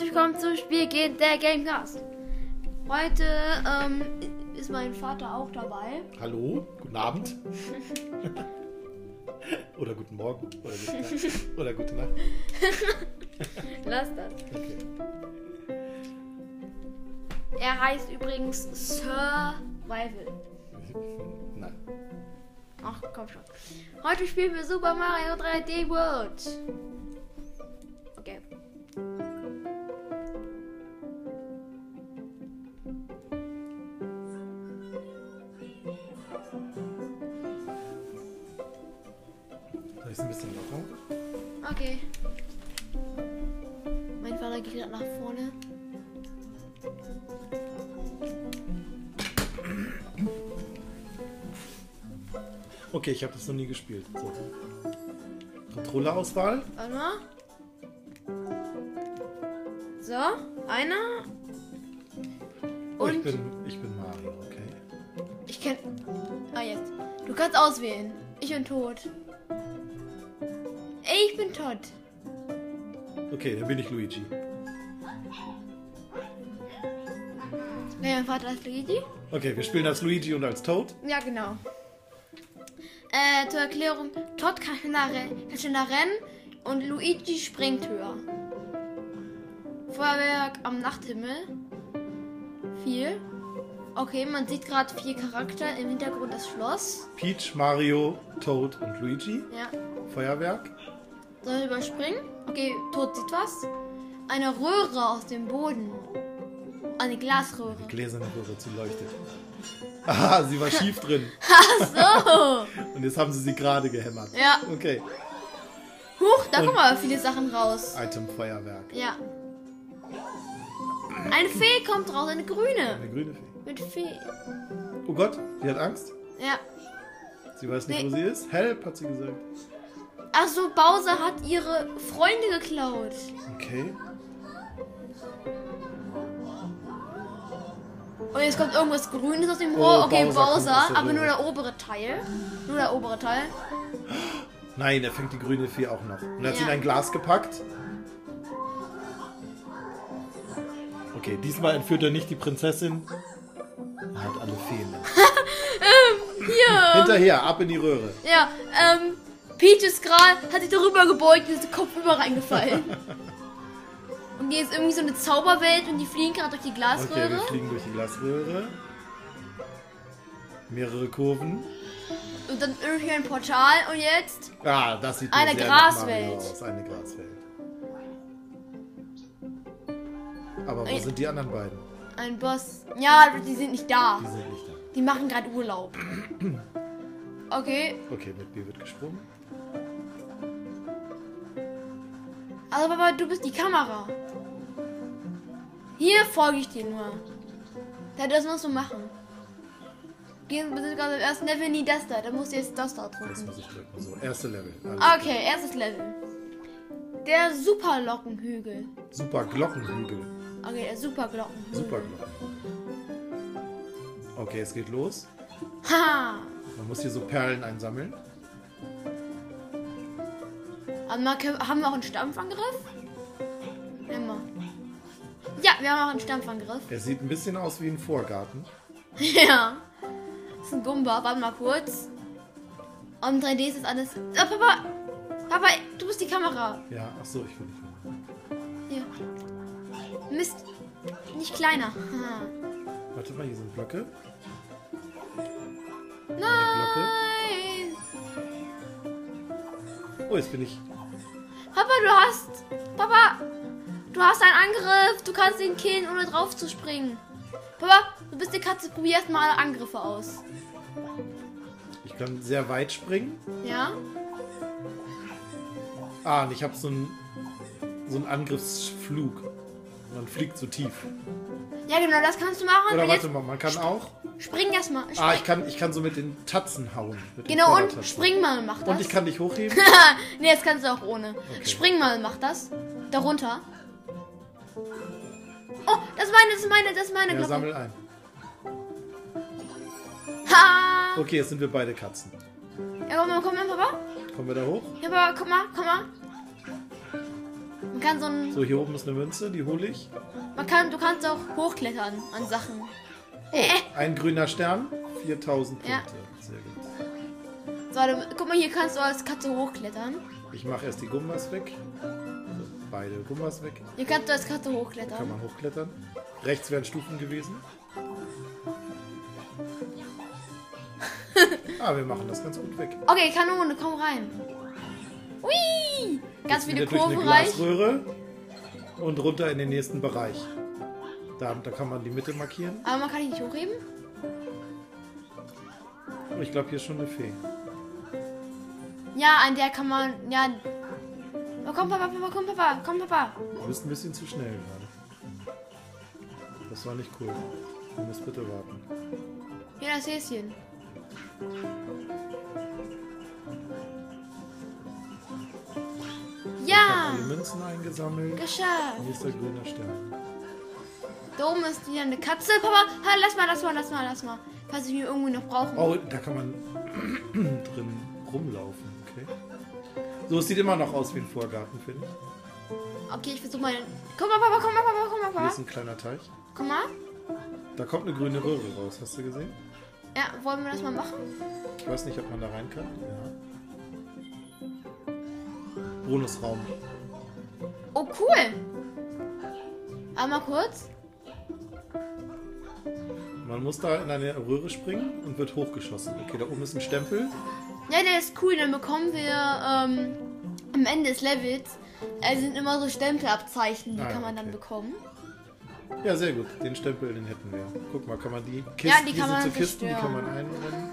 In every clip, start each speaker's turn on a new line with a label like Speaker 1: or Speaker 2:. Speaker 1: willkommen zum Spielgehen der Gamecast. Heute ähm, ist mein Vater auch dabei.
Speaker 2: Hallo, guten Abend. Oder guten Morgen. Oder gute Nacht. Oder gute Nacht.
Speaker 1: Lass das.
Speaker 2: Okay.
Speaker 1: Er heißt übrigens Sir Rival.
Speaker 2: Nein.
Speaker 1: Ach, komm schon. Heute spielen wir Super Mario 3D World. Okay.
Speaker 2: Soll ich es ein bisschen locker?
Speaker 1: Okay. Mein Vater geht gerade nach vorne.
Speaker 2: Okay, ich habe das noch nie gespielt. So. Controllerauswahl.
Speaker 1: Warte mal. So, einer.
Speaker 2: Oh, ich
Speaker 1: Und-
Speaker 2: bin, ich bin Mario, okay.
Speaker 1: Ich kann. Ah, jetzt. Du kannst auswählen. Ich bin tot. Ich bin tot.
Speaker 2: Okay, dann bin ich Luigi.
Speaker 1: Nee, mein Vater ist Luigi.
Speaker 2: Okay, wir spielen als Luigi und als Toad.
Speaker 1: Ja, genau. Äh, zur Erklärung: Todd kann schneller, re- kann schneller rennen und Luigi springt höher. Feuerwerk am Nachthimmel. Viel. Okay, man sieht gerade vier Charakter. Im Hintergrund das Schloss.
Speaker 2: Peach, Mario, Toad und Luigi.
Speaker 1: Ja.
Speaker 2: Feuerwerk.
Speaker 1: Soll ich überspringen? Okay, Tod sieht was. Eine Röhre aus dem Boden. Eine Glasröhre.
Speaker 2: Die gläserne Röhre zu leuchtet. Aha, sie war schief drin.
Speaker 1: So!
Speaker 2: Und jetzt haben sie sie gerade gehämmert.
Speaker 1: Ja.
Speaker 2: Okay.
Speaker 1: Huch, da
Speaker 2: Und-
Speaker 1: kommen aber viele Sachen raus.
Speaker 2: Item Feuerwerk.
Speaker 1: Ja. Eine Fee kommt raus, eine grüne.
Speaker 2: Eine grüne Fee.
Speaker 1: Mit Fee.
Speaker 2: Oh Gott, die hat Angst.
Speaker 1: Ja.
Speaker 2: Sie weiß nicht,
Speaker 1: Nee.
Speaker 2: wo sie ist. Help, hat sie gesagt.
Speaker 1: Achso, Bowser hat ihre Freunde geklaut.
Speaker 2: Okay.
Speaker 1: Und jetzt kommt irgendwas Grünes aus dem
Speaker 2: Oh,
Speaker 1: Rohr. Okay,
Speaker 2: Bowser kommt aus
Speaker 1: Bowser,
Speaker 2: der
Speaker 1: aber
Speaker 2: Röhre.
Speaker 1: nur der obere Teil. Nur der obere Teil.
Speaker 2: Nein, er fängt die grüne Fee auch noch. Und hat sie
Speaker 1: Ja.
Speaker 2: in ein Glas gepackt. Okay, diesmal entführt er nicht die Prinzessin. Er hat alle Feen.
Speaker 1: Hier!
Speaker 2: Hinterher, ab in die Röhre.
Speaker 1: Ja, ähm, Peach ist gerade, hat sich darüber gebeugt und ist der Kopf über reingefallen. und hier ist irgendwie so eine Zauberwelt und die fliegen gerade durch die
Speaker 2: Okay, wir
Speaker 1: Glasröhre.
Speaker 2: fliegen durch die Glasröhre. Mehrere Kurven.
Speaker 1: und dann irgendwie ein Portal und jetzt.
Speaker 2: Ah, das sieht mir
Speaker 1: Eine
Speaker 2: sehr nach
Speaker 1: Graswelt.
Speaker 2: Mario aus. Eine Graswelt. Aber wo
Speaker 1: Ey.
Speaker 2: sind die anderen beiden?
Speaker 1: Ein Boss. Ja, die sind nicht da.
Speaker 2: Die sind nicht da.
Speaker 1: Die machen gerade Urlaub. Okay,
Speaker 2: Okay, mit B wird gesprungen.
Speaker 1: also Papa, du bist die Kamera. Hier folge ich dir nur. Da das musst du machen. Gehen wir sind gerade im ersten Level nie das da. Da musst du jetzt das da drücken.
Speaker 2: Jetzt muss ich drücken. So, erste Level. Alles
Speaker 1: Okay, erstes Level. Der Superlockenhügel.
Speaker 2: klar. Super Glockenhügel.
Speaker 1: Okay, der Superglockenhügel.
Speaker 2: Super Glocken. Okay, es geht los.
Speaker 1: Ha!
Speaker 2: Man muss hier so Perlen einsammeln.
Speaker 1: Aber Also mal können- haben wir auch einen Stampfangriff? Immer. Ja, wir haben auch einen Stampfangriff.
Speaker 2: Er sieht ein bisschen aus wie ein Vorgarten.
Speaker 1: ja. Das ist ein Gumba. Warte mal kurz. Und 3D ist das alles. Ah, Papa! Papa, du bist die Kamera.
Speaker 2: Ja, ach so, ich will nicht mehr.
Speaker 1: Hier. Mist. Nicht kleiner. Ha.
Speaker 2: Warte mal, hier sind Blöcke.
Speaker 1: Nein!
Speaker 2: Oh, jetzt bin ich.
Speaker 1: Papa, du hast. Papa, du hast einen Angriff. Du kannst ihn killen, ohne drauf zu springen. Papa, du bist eine Katze. Probier erst mal alle Angriffe aus.
Speaker 2: Ich kann sehr weit springen.
Speaker 1: Ja?
Speaker 2: Ah, und ich habe so einen so einen Angriffsflug. Man fliegt so tief.
Speaker 1: Ja, genau, das kannst du machen.
Speaker 2: Oder
Speaker 1: Und
Speaker 2: warte
Speaker 1: jetzt
Speaker 2: mal, man kann auch.
Speaker 1: spring erst mal. Spring.
Speaker 2: Ah, ich kann, ich kann so mit den Tatzen hauen. Mit den
Speaker 1: genau, und
Speaker 2: Vordertatzen.
Speaker 1: spring mal, mach das.
Speaker 2: Und ich kann dich hochheben.
Speaker 1: nee, jetzt kannst du auch ohne. Spring mal, mach das. Darunter. Oh, das ist meine, das ist meine, das ist meine
Speaker 2: Ja,
Speaker 1: Glocke.
Speaker 2: sammel ein.
Speaker 1: Ha!
Speaker 2: Okay, jetzt sind wir beide Katzen.
Speaker 1: Ja, komm mal, komm mal, Papa.
Speaker 2: Kommen wir da hoch?
Speaker 1: Ja, Papa, komm mal, komm mal. Man kann so ein.
Speaker 2: So, hier oben ist eine Münze, die hole ich.
Speaker 1: Man kann, du kannst auch hochklettern an Sachen. Äh,
Speaker 2: Ein grüner Stern, 4000 Punkte.
Speaker 1: Ja.
Speaker 2: Sehr gut.
Speaker 1: So, du, guck mal, hier kannst du als Katze hochklettern.
Speaker 2: Ich mache erst die Gummas weg. Also beide Gummas weg.
Speaker 1: Hier kannst du als Katze
Speaker 2: Kann
Speaker 1: hochklettern.
Speaker 2: man hochklettern. Rechts wären Stufen gewesen. ah, wir machen das ganz gut weg.
Speaker 1: Okay, Kanone, komm rein. Ui! Ganz viele
Speaker 2: Wieder durch eine
Speaker 1: Kurven reich.
Speaker 2: Glasröhre und runter in den nächsten Bereich. Da, da kann man die Mitte markieren.
Speaker 1: Aber man kann ihn nicht hochheben.
Speaker 2: Oh, Ich glaube, hier ist schon eine Fee.
Speaker 1: Ja, an der kann man. Ja. Oh, komm, Papa, Papa, komm, Papa, komm, Papa.
Speaker 2: Du bist ein bisschen zu schnell gerade. Das war nicht cool. Du musst bitte warten.
Speaker 1: Hier das Häschen. Ja!
Speaker 2: Die Münzen eingesammelt.
Speaker 1: Geschafft!
Speaker 2: Hier ist der grüne Stern.
Speaker 1: Da oben ist wieder eine Katze. Papa, ha, lass mal, lass mal, lass mal, lass mal. Falls ich mir irgendwie noch brauchen.
Speaker 2: Oh, da kann man drin rumlaufen. Okay. So, es sieht immer noch aus wie ein Vorgarten, finde ich.
Speaker 1: Okay, ich versuche mal. Komm mal, Papa, komm mal, Papa, komm mal,
Speaker 2: Hier
Speaker 1: Papa.
Speaker 2: ist ein kleiner Teich.
Speaker 1: Komm mal.
Speaker 2: Da kommt eine grüne Röhre raus, hast du gesehen?
Speaker 1: Ja, wollen wir das mal machen?
Speaker 2: Ich weiß nicht, ob man da rein kann. Ja. Bonusraum.
Speaker 1: Oh, cool. Einmal kurz.
Speaker 2: Man muss da in eine Röhre springen und wird hochgeschossen. Okay, da oben ist ein Stempel.
Speaker 1: Ja, der ist cool. Dann bekommen wir ähm, am Ende des Levels äh, sind immer so Stempelabzeichen. Die
Speaker 2: Ah,
Speaker 1: kann man
Speaker 2: okay.
Speaker 1: dann bekommen.
Speaker 2: Ja, sehr gut. Den Stempel, den hätten wir. Guck mal, kann man die Kisten,
Speaker 1: Ja, die kann
Speaker 2: sind
Speaker 1: man
Speaker 2: so Kisten, die kann
Speaker 1: zerstören.
Speaker 2: man einrennen.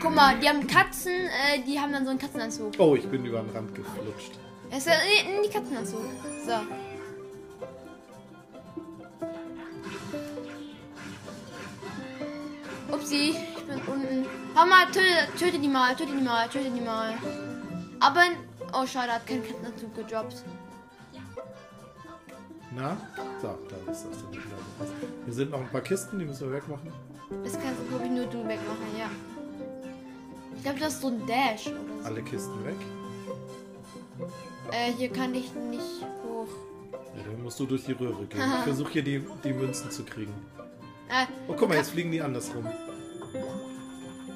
Speaker 1: Guck mal, die haben Katzen. Äh, die haben dann so einen Katzenanzug.
Speaker 2: Oh, ich bin über den Rand geflutscht.
Speaker 1: Er ist ja in die Katzenanzug. So. Upsi, ich bin unten. Hau mal, töte, töte die mal, töte die mal, töte die mal. Aber. Oh, schade, hat keinen Katzenanzug gedroppt.
Speaker 2: Na? So, da ist das. Also, Hier sind noch ein paar Kisten, die müssen wir wegmachen.
Speaker 1: Das kannst du, glaube ich, nur du wegmachen, ja. Ich glaube, das ist so ein Dash oder so.
Speaker 2: Alle Kisten weg.
Speaker 1: Äh, hier kann ich nicht hoch.
Speaker 2: Ja, dann musst du durch die Röhre gehen. Ich versuche hier die, die Münzen zu kriegen.
Speaker 1: Äh,
Speaker 2: Oh, guck mal, jetzt fliegen die andersrum.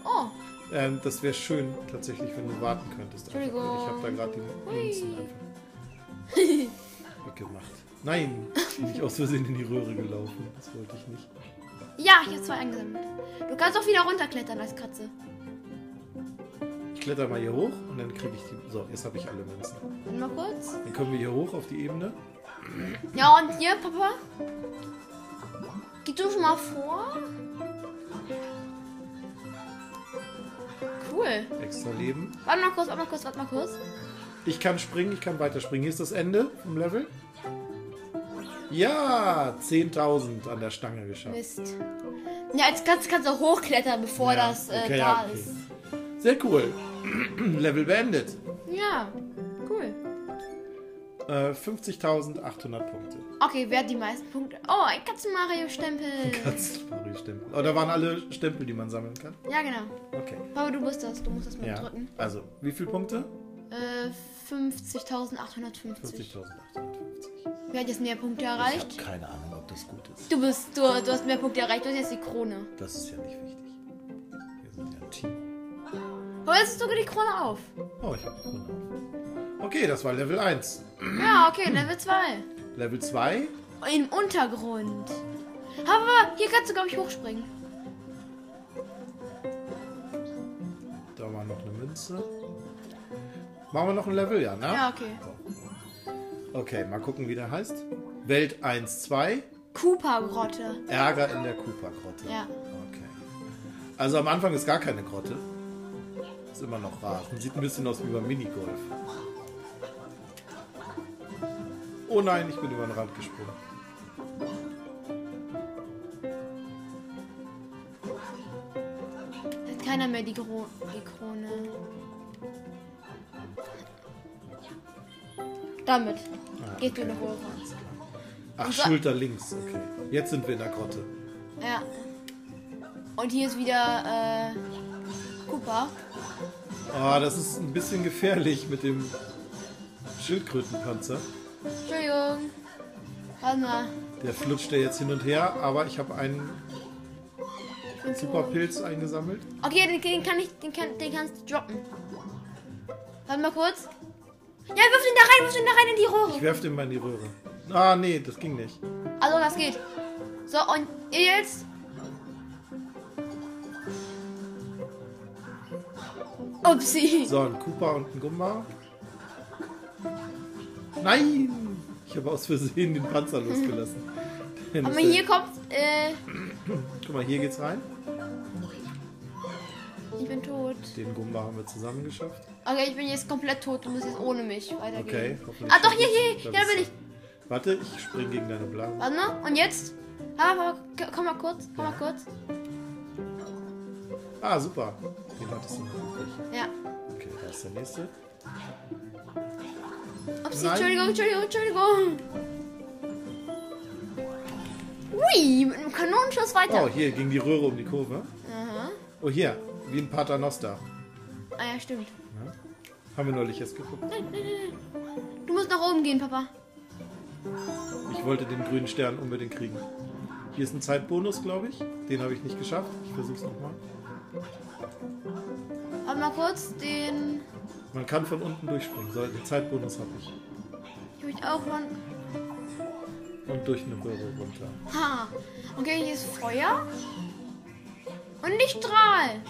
Speaker 1: oh,
Speaker 2: Ähm, das wäre schön, tatsächlich, wenn du warten könntest. einfach.
Speaker 1: Entschuldigung.
Speaker 2: Ich habe da gerade die Münzen einfach weggemacht. Nein, bin ich aus Versehen in die Röhre gelaufen. Das wollte ich nicht.
Speaker 1: ja, ich habe zwei eingesammelt. Du kannst auch wieder runterklettern als Katze.
Speaker 2: Ich kletter mal hier hoch und dann kriege ich die. So, jetzt habe ich alle Münzen.
Speaker 1: Warte mal kurz.
Speaker 2: Dann kommen wir hier hoch auf die Ebene.
Speaker 1: Ja, und hier, Papa? Geh du schon mal vor? Cool.
Speaker 2: Extra Leben.
Speaker 1: Warte mal kurz, warte mal kurz, warte mal kurz.
Speaker 2: Ich kann springen, ich kann weiterspringen. Hier ist das Ende vom Level. Ja, 10.000 an der Stange geschafft.
Speaker 1: Mist. Ja, als Katze kannst du hochklettern, bevor
Speaker 2: Ja,
Speaker 1: das äh,
Speaker 2: okay,
Speaker 1: da
Speaker 2: ja, okay.
Speaker 1: ist.
Speaker 2: Sehr cool. Level beendet.
Speaker 1: Ja, cool.
Speaker 2: Äh, 50.800 Punkte.
Speaker 1: Okay, wer hat die meisten Punkte? Oh, ein Katzen-Mario-Stempel.
Speaker 2: Katzenstempel. Oh, da waren alle Stempel, die man sammeln kann.
Speaker 1: Ja, genau.
Speaker 2: Okay.
Speaker 1: Papa, du musst das. Du musst das mal
Speaker 2: Ja.
Speaker 1: drücken.
Speaker 2: Also, wie viele Punkte?
Speaker 1: Äh, 50.850.
Speaker 2: 50.850.
Speaker 1: Wer hat jetzt mehr Punkte erreicht?
Speaker 2: Ich habe keine Ahnung, ob das gut ist.
Speaker 1: Du bist, du, du hast mehr Punkte erreicht. Du hast jetzt die Krone.
Speaker 2: Das ist ja nicht wichtig. Wir sind ja ein Team.
Speaker 1: Aber jetzt ist sogar die Krone auf.
Speaker 2: Oh, ich habe die Krone auf. Okay, das war Level 1.
Speaker 1: Ja, okay, Level 2.
Speaker 2: Level 2.
Speaker 1: Im Untergrund. Aber hier kannst du, glaube ich, hochspringen.
Speaker 2: Da war noch eine Münze. Machen wir noch ein Level, ja, ne?
Speaker 1: Ja, okay.
Speaker 2: Okay, mal gucken, wie der heißt. Welt 1, 2.
Speaker 1: Cooper-Grotte.
Speaker 2: Ärger in der Cooper-Grotte.
Speaker 1: Ja.
Speaker 2: Okay. Also am Anfang ist gar keine Grotte. Ist immer noch Rasen. Sieht ein bisschen aus wie beim Minigolf. Oh nein, ich bin über den Rand gesprungen.
Speaker 1: Da Hat keiner mehr die, Gro die Krone. Damit geht du noch hoch.
Speaker 2: Ach,
Speaker 1: So-
Speaker 2: Schulter links. Okay. Jetzt sind wir in der Grotte.
Speaker 1: Ja. Und hier ist wieder äh, Cooper.
Speaker 2: Ah, das ist ein bisschen gefährlich mit dem Schildkrötenpanzer.
Speaker 1: Entschuldigung. Warte mal.
Speaker 2: Der flutscht ja jetzt hin und her, aber ich habe einen
Speaker 1: Fünf Uhr.
Speaker 2: Superpilz eingesammelt.
Speaker 1: Okay, den, den kann ich, den, kann, den kannst du droppen. Warte mal kurz. Ja, wirf den da rein, wirf den da rein in die
Speaker 2: Ich
Speaker 1: Rohre.
Speaker 2: werf den mal in die Röhre. Ah, nee, das ging nicht.
Speaker 1: Also, das geht. So, und ihr jetzt? Upsi.
Speaker 2: So, ein Koopa und ein Gumba. Nein! Ich habe aus Versehen den Panzer losgelassen. Dann
Speaker 1: Hm. Aber
Speaker 2: ist der-
Speaker 1: hier kommt, äh,
Speaker 2: Guck mal, hier geht's rein.
Speaker 1: ich bin tot.
Speaker 2: Den Gumba haben wir zusammen geschafft.
Speaker 1: Okay, ich bin jetzt komplett tot. Du musst jetzt ohne mich
Speaker 2: Okay.
Speaker 1: weitergehen.
Speaker 2: hoffentlich
Speaker 1: Ah, doch,
Speaker 2: schaffst
Speaker 1: hier,
Speaker 2: du's.
Speaker 1: hier, hier, da
Speaker 2: bist
Speaker 1: bin ich.
Speaker 2: du. Warte, ich spring gegen deine Blase.
Speaker 1: Warte mal, und jetzt? Ah, aber k- komm mal kurz, komm mal kurz.
Speaker 2: Ah, super. Den hattest du noch nicht.
Speaker 1: Ja.
Speaker 2: Okay, da ist der nächste.
Speaker 1: Upsi,
Speaker 2: Nein.
Speaker 1: Entschuldigung, Entschuldigung, Entschuldigung. Ui, mit einem Kanonenschuss weiter.
Speaker 2: Oh, hier ging die Röhre um die Kurve.
Speaker 1: Aha.
Speaker 2: Oh, hier, wie ein Paternoster. Oh.
Speaker 1: Ah ja, stimmt.
Speaker 2: Haben wir neulich erst geguckt.
Speaker 1: Nein, nein, nein, nein. Du musst nach oben gehen, Papa.
Speaker 2: Ich wollte den grünen Stern unbedingt kriegen. Hier ist ein Zeitbonus, glaube ich. Den habe ich nicht geschafft. Ich versuch's nochmal.
Speaker 1: Warte mal kurz, den.
Speaker 2: Man kann von unten durchspringen. So, den Zeitbonus habe ich.
Speaker 1: Ich möchte auch von.
Speaker 2: Und durch eine Röhre runter.
Speaker 1: Ha. Okay, hier ist Feuer. Und Lichtstrahl.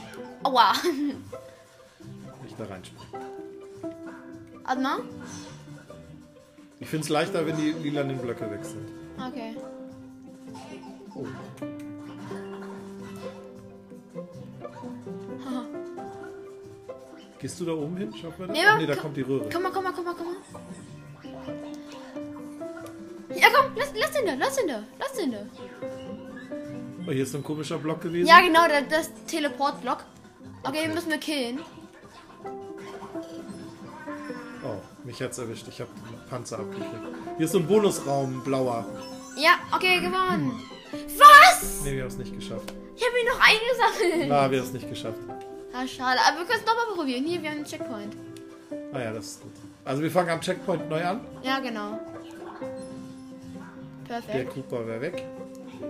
Speaker 1: Aua.
Speaker 2: Nicht da reinspringen.
Speaker 1: Warte mal.
Speaker 2: Ich finde es leichter, wenn die lilanen Blöcke weg sind.
Speaker 1: Okay.
Speaker 2: Oh. Gehst du da oben hin? Schafft man das?
Speaker 1: Nee,
Speaker 2: Ach
Speaker 1: aber
Speaker 2: nee, da
Speaker 1: komm-
Speaker 2: kommt die Röhre.
Speaker 1: Komm mal, komm mal, komm mal, komm mal. Ja, komm, lass, lass den da, lass den da, lass den da.
Speaker 2: Oh, hier ist so ein komischer Block gewesen.
Speaker 1: Ja, genau, das, das Teleport-Block. Okay, den müssen wir killen.
Speaker 2: Oh, mich hat's erwischt. Ich habe den Panzer abgekriegt. Hier ist so ein Bonusraum, blauer.
Speaker 1: Ja, okay, gewonnen. Was?
Speaker 2: Nee, wir haben es nicht geschafft.
Speaker 1: Ich habe ihn noch eingesammelt.
Speaker 2: Na, wir haben es nicht geschafft.
Speaker 1: Ah, schade, aber wir können es nochmal probieren. Hier, wir haben einen Checkpoint.
Speaker 2: Naja, Ah das ist gut. Also wir fangen am Checkpoint neu an.
Speaker 1: Ja, genau.
Speaker 2: Der
Speaker 1: Perfekt.
Speaker 2: Cooper wäre weg.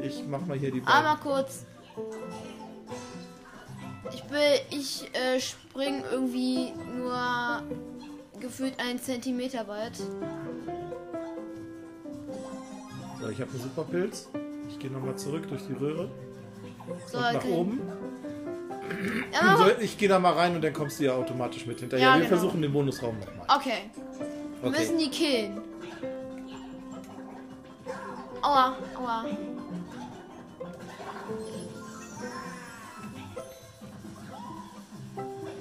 Speaker 2: Ich mach mal hier die
Speaker 1: Ah, mal
Speaker 2: beiden.
Speaker 1: kurz. Ich will, ich äh, spring irgendwie nur gefühlt einen Zentimeter weit.
Speaker 2: So, ich habe einen Superpilz. Ich gehe nochmal zurück durch die Röhre.
Speaker 1: So,
Speaker 2: und nach
Speaker 1: okay.
Speaker 2: oben.
Speaker 1: Ja, mach-
Speaker 2: So, ich gehe da mal rein und dann kommst du ja automatisch mit hinterher.
Speaker 1: Ja,
Speaker 2: wir
Speaker 1: genau.
Speaker 2: versuchen den Bonusraum nochmal.
Speaker 1: Okay, wir müssen die killen. Aua, aua.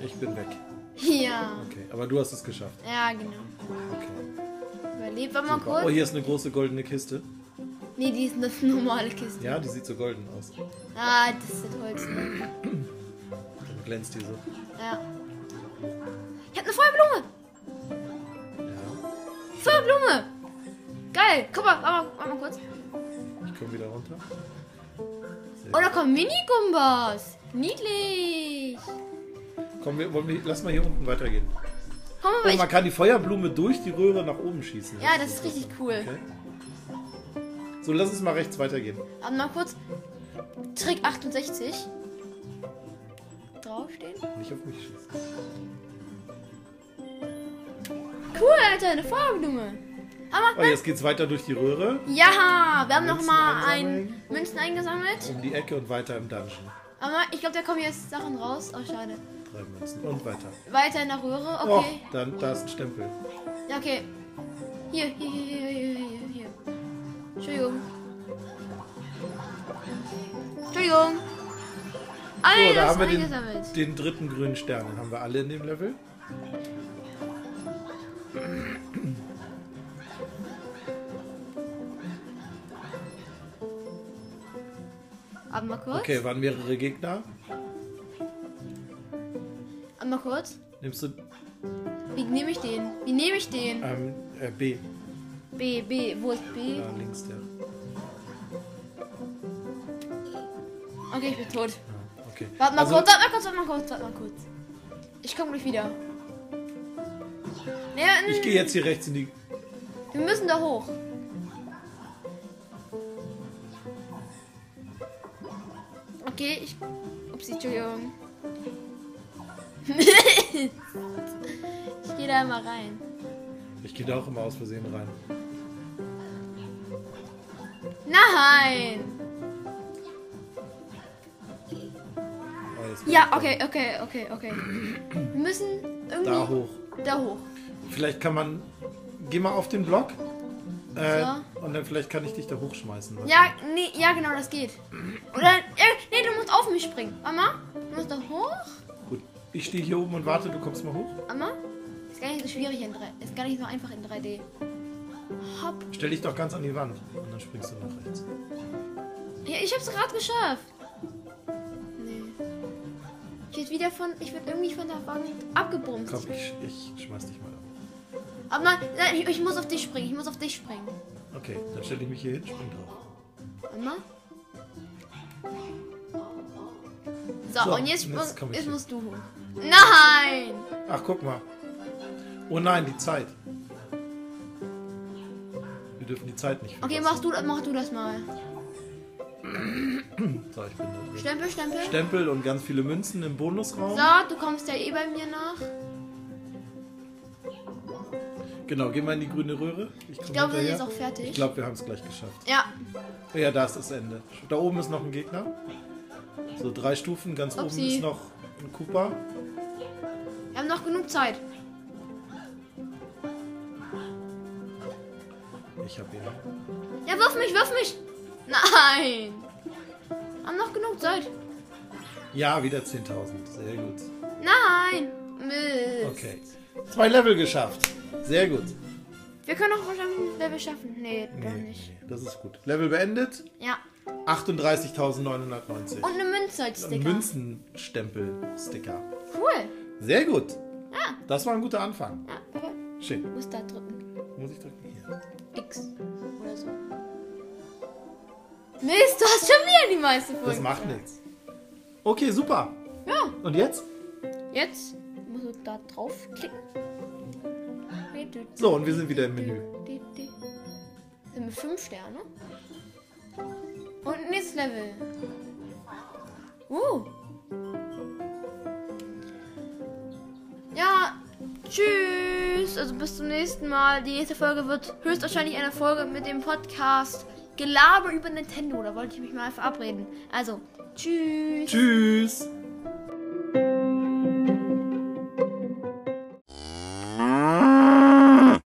Speaker 2: Ich bin weg.
Speaker 1: Ja.
Speaker 2: Okay, aber du hast es geschafft.
Speaker 1: Ja, genau.
Speaker 2: Okay.
Speaker 1: Überlebt wir mal
Speaker 2: Super. Oh,
Speaker 1: kurz.
Speaker 2: hier ist eine große goldene Kiste.
Speaker 1: Nee, die ist eine normale Kiste.
Speaker 2: Ja, die sieht so golden aus.
Speaker 1: Ah, das ist das Holz. ne?
Speaker 2: Dann glänzt die so.
Speaker 1: Ja. Ich hab eine Feuerblume!
Speaker 2: Ja,
Speaker 1: Feuerblume! Geil! Guck mal, warte mal, warte mal kurz.
Speaker 2: ich komme wieder runter.
Speaker 1: Oh, da kommen Mini-Gumbas! Niedlich!
Speaker 2: Komm, wir, wollen wir, lass mal hier unten weitergehen.
Speaker 1: Komm mal,
Speaker 2: Oh,
Speaker 1: ich.
Speaker 2: man kann die Feuerblume durch die Röhre nach oben schießen.
Speaker 1: Ja, das ist richtig cool.
Speaker 2: Okay. So, lass uns mal rechts weitergehen.
Speaker 1: Warte mal kurz. Trick 68. Draufstehen.
Speaker 2: Nicht auf mich schießen.
Speaker 1: Cool, Alter, eine Feuerblume.
Speaker 2: Oh,
Speaker 1: Hammer.
Speaker 2: jetzt geht's weiter durch die Röhre,
Speaker 1: Ja, wir haben
Speaker 2: Münzen
Speaker 1: nochmal ein
Speaker 2: einsammeln.
Speaker 1: Münzen eingesammelt.
Speaker 2: um die Ecke und weiter im Dungeon.
Speaker 1: Aber ich glaube, da kommen jetzt Sachen raus. Oh, schade.
Speaker 2: Drei Münzen und weiter.
Speaker 1: Weiter in der Röhre.
Speaker 2: Oh,
Speaker 1: Okay. Ah,
Speaker 2: dann, da ist ein Stempel.
Speaker 1: Ja, okay. Hier, hier, hier, hier, hier, hier, hier, hier. Entschuldigung. Entschuldigung.
Speaker 2: So,
Speaker 1: Alles
Speaker 2: da haben wir
Speaker 1: eingesammelt.
Speaker 2: den, den dritten grünen Stern. Den haben wir alle in dem Level.
Speaker 1: Aber mal kurz.
Speaker 2: Okay, waren mehrere Gegner.
Speaker 1: Aber mal kurz.
Speaker 2: Nimmst du
Speaker 1: Wie nehme ich den? Wie nehme ich den?
Speaker 2: ähm, äh, B.
Speaker 1: B, B. Wo ist B?
Speaker 2: Da links der.
Speaker 1: Okay, ich bin tot.
Speaker 2: Ah, Okay.
Speaker 1: Warte mal
Speaker 2: Also,
Speaker 1: kurz, warte mal kurz, warte mal kurz, warte mal kurz. Ich komme gleich wieder. Ja,
Speaker 2: Ich gehe jetzt hier rechts in die
Speaker 1: wir Wir müssen da hoch. Okay, ich. um. Upsi, Entschuldigung. ich gehe da mal rein.
Speaker 2: Ich gehe da auch immer aus Versehen rein.
Speaker 1: Nein!
Speaker 2: Aber Ah, jetzt bin
Speaker 1: Ja,
Speaker 2: ich da.
Speaker 1: okay, okay, okay, okay. Wir müssen irgendwie.
Speaker 2: Da hoch.
Speaker 1: Da hoch.
Speaker 2: Vielleicht kann man. Geh mal auf den Block. Äh,
Speaker 1: So.
Speaker 2: Und dann vielleicht kann ich dich da hochschmeißen. Warte.
Speaker 1: Ja, nee, ja, genau, das geht. Oder. Äh, nee, du musst auf mich springen. Mama, du musst da hoch.
Speaker 2: Gut. Ich stehe hier oben und warte, du kommst mal hoch.
Speaker 1: Mama, ist gar nicht so schwierig in 3D. Ist gar nicht so einfach in 3D. Hopp.
Speaker 2: Stell dich doch ganz an die Wand. Und dann springst du nach rechts.
Speaker 1: Ja, ich hab's gerade geschafft. Nee. Ich werd wieder von. Ich werd irgendwie von der Wand abgebumst.
Speaker 2: Komm, ich, ich schmeiß dich mal ab.
Speaker 1: Aber nein, nein, ich, ich muss auf dich springen. Ich muss auf dich springen.
Speaker 2: Okay, dann stelle ich mich hier hin, spring drauf.
Speaker 1: Mama. So,
Speaker 2: So,
Speaker 1: und jetzt,
Speaker 2: jetzt
Speaker 1: muss-
Speaker 2: komm ich
Speaker 1: jetzt
Speaker 2: hin.
Speaker 1: musst du hoch. Nein!
Speaker 2: Ach, guck mal. Oh nein, die Zeit. Wir dürfen die Zeit nicht
Speaker 1: Okay, machst du, mach du das mal.
Speaker 2: So, ich bin da drin.
Speaker 1: Stempel, Stempel.
Speaker 2: Stempel und ganz viele Münzen im Bonusraum.
Speaker 1: so, du kommst ja eh bei mir nach.
Speaker 2: Genau, geh mal in die grüne Röhre. Ich,
Speaker 1: Ich glaube, wir sind jetzt auch fertig.
Speaker 2: Ich glaube, wir haben es gleich geschafft.
Speaker 1: ja,
Speaker 2: Oh ja, da ist das Ende. Da oben ist noch ein Gegner. So drei Stufen. Ganz oben
Speaker 1: Upsi.
Speaker 2: ist noch ein Koopa.
Speaker 1: wir haben noch genug Zeit.
Speaker 2: Ich habe ihn.
Speaker 1: Ja, wirf mich, wirf mich! Nein! Wir haben noch genug Zeit.
Speaker 2: Ja, wieder 10.000. Sehr gut.
Speaker 1: Nein! Mist.
Speaker 2: Okay. Zwei Level geschafft. Sehr gut.
Speaker 1: Wir können auch wahrscheinlich ein Level schaffen. Nee, doch
Speaker 2: Nee,
Speaker 1: nicht.
Speaker 2: nee, das ist gut. Level beendet.
Speaker 1: Ja.
Speaker 2: 38.990.
Speaker 1: Und eine Münze als Oh,
Speaker 2: Ein
Speaker 1: Sticker.
Speaker 2: Münzenstempel-Sticker.
Speaker 1: Cool.
Speaker 2: Sehr gut.
Speaker 1: Ja.
Speaker 2: Das war ein guter Anfang.
Speaker 1: Ja, okay.
Speaker 2: Schön.
Speaker 1: Muss da drücken.
Speaker 2: Muss ich drücken? Hier.
Speaker 1: X. Oder so. Mist, du hast schon wieder die meiste Folge.
Speaker 2: Das macht nichts. Okay, super.
Speaker 1: Ja.
Speaker 2: Und jetzt?
Speaker 1: Jetzt musst du da draufklicken.
Speaker 2: So, und wir sind wieder im Menü.
Speaker 1: Sind wir 5 Sterne? Und nächstes Level. Uh. Ja, tschüss. Also bis zum nächsten Mal. Die nächste Folge wird höchstwahrscheinlich eine Folge mit dem Podcast Gelaber über Nintendo. Da wollte ich mich mal verabreden. Also, tschüss.
Speaker 2: Tschüss.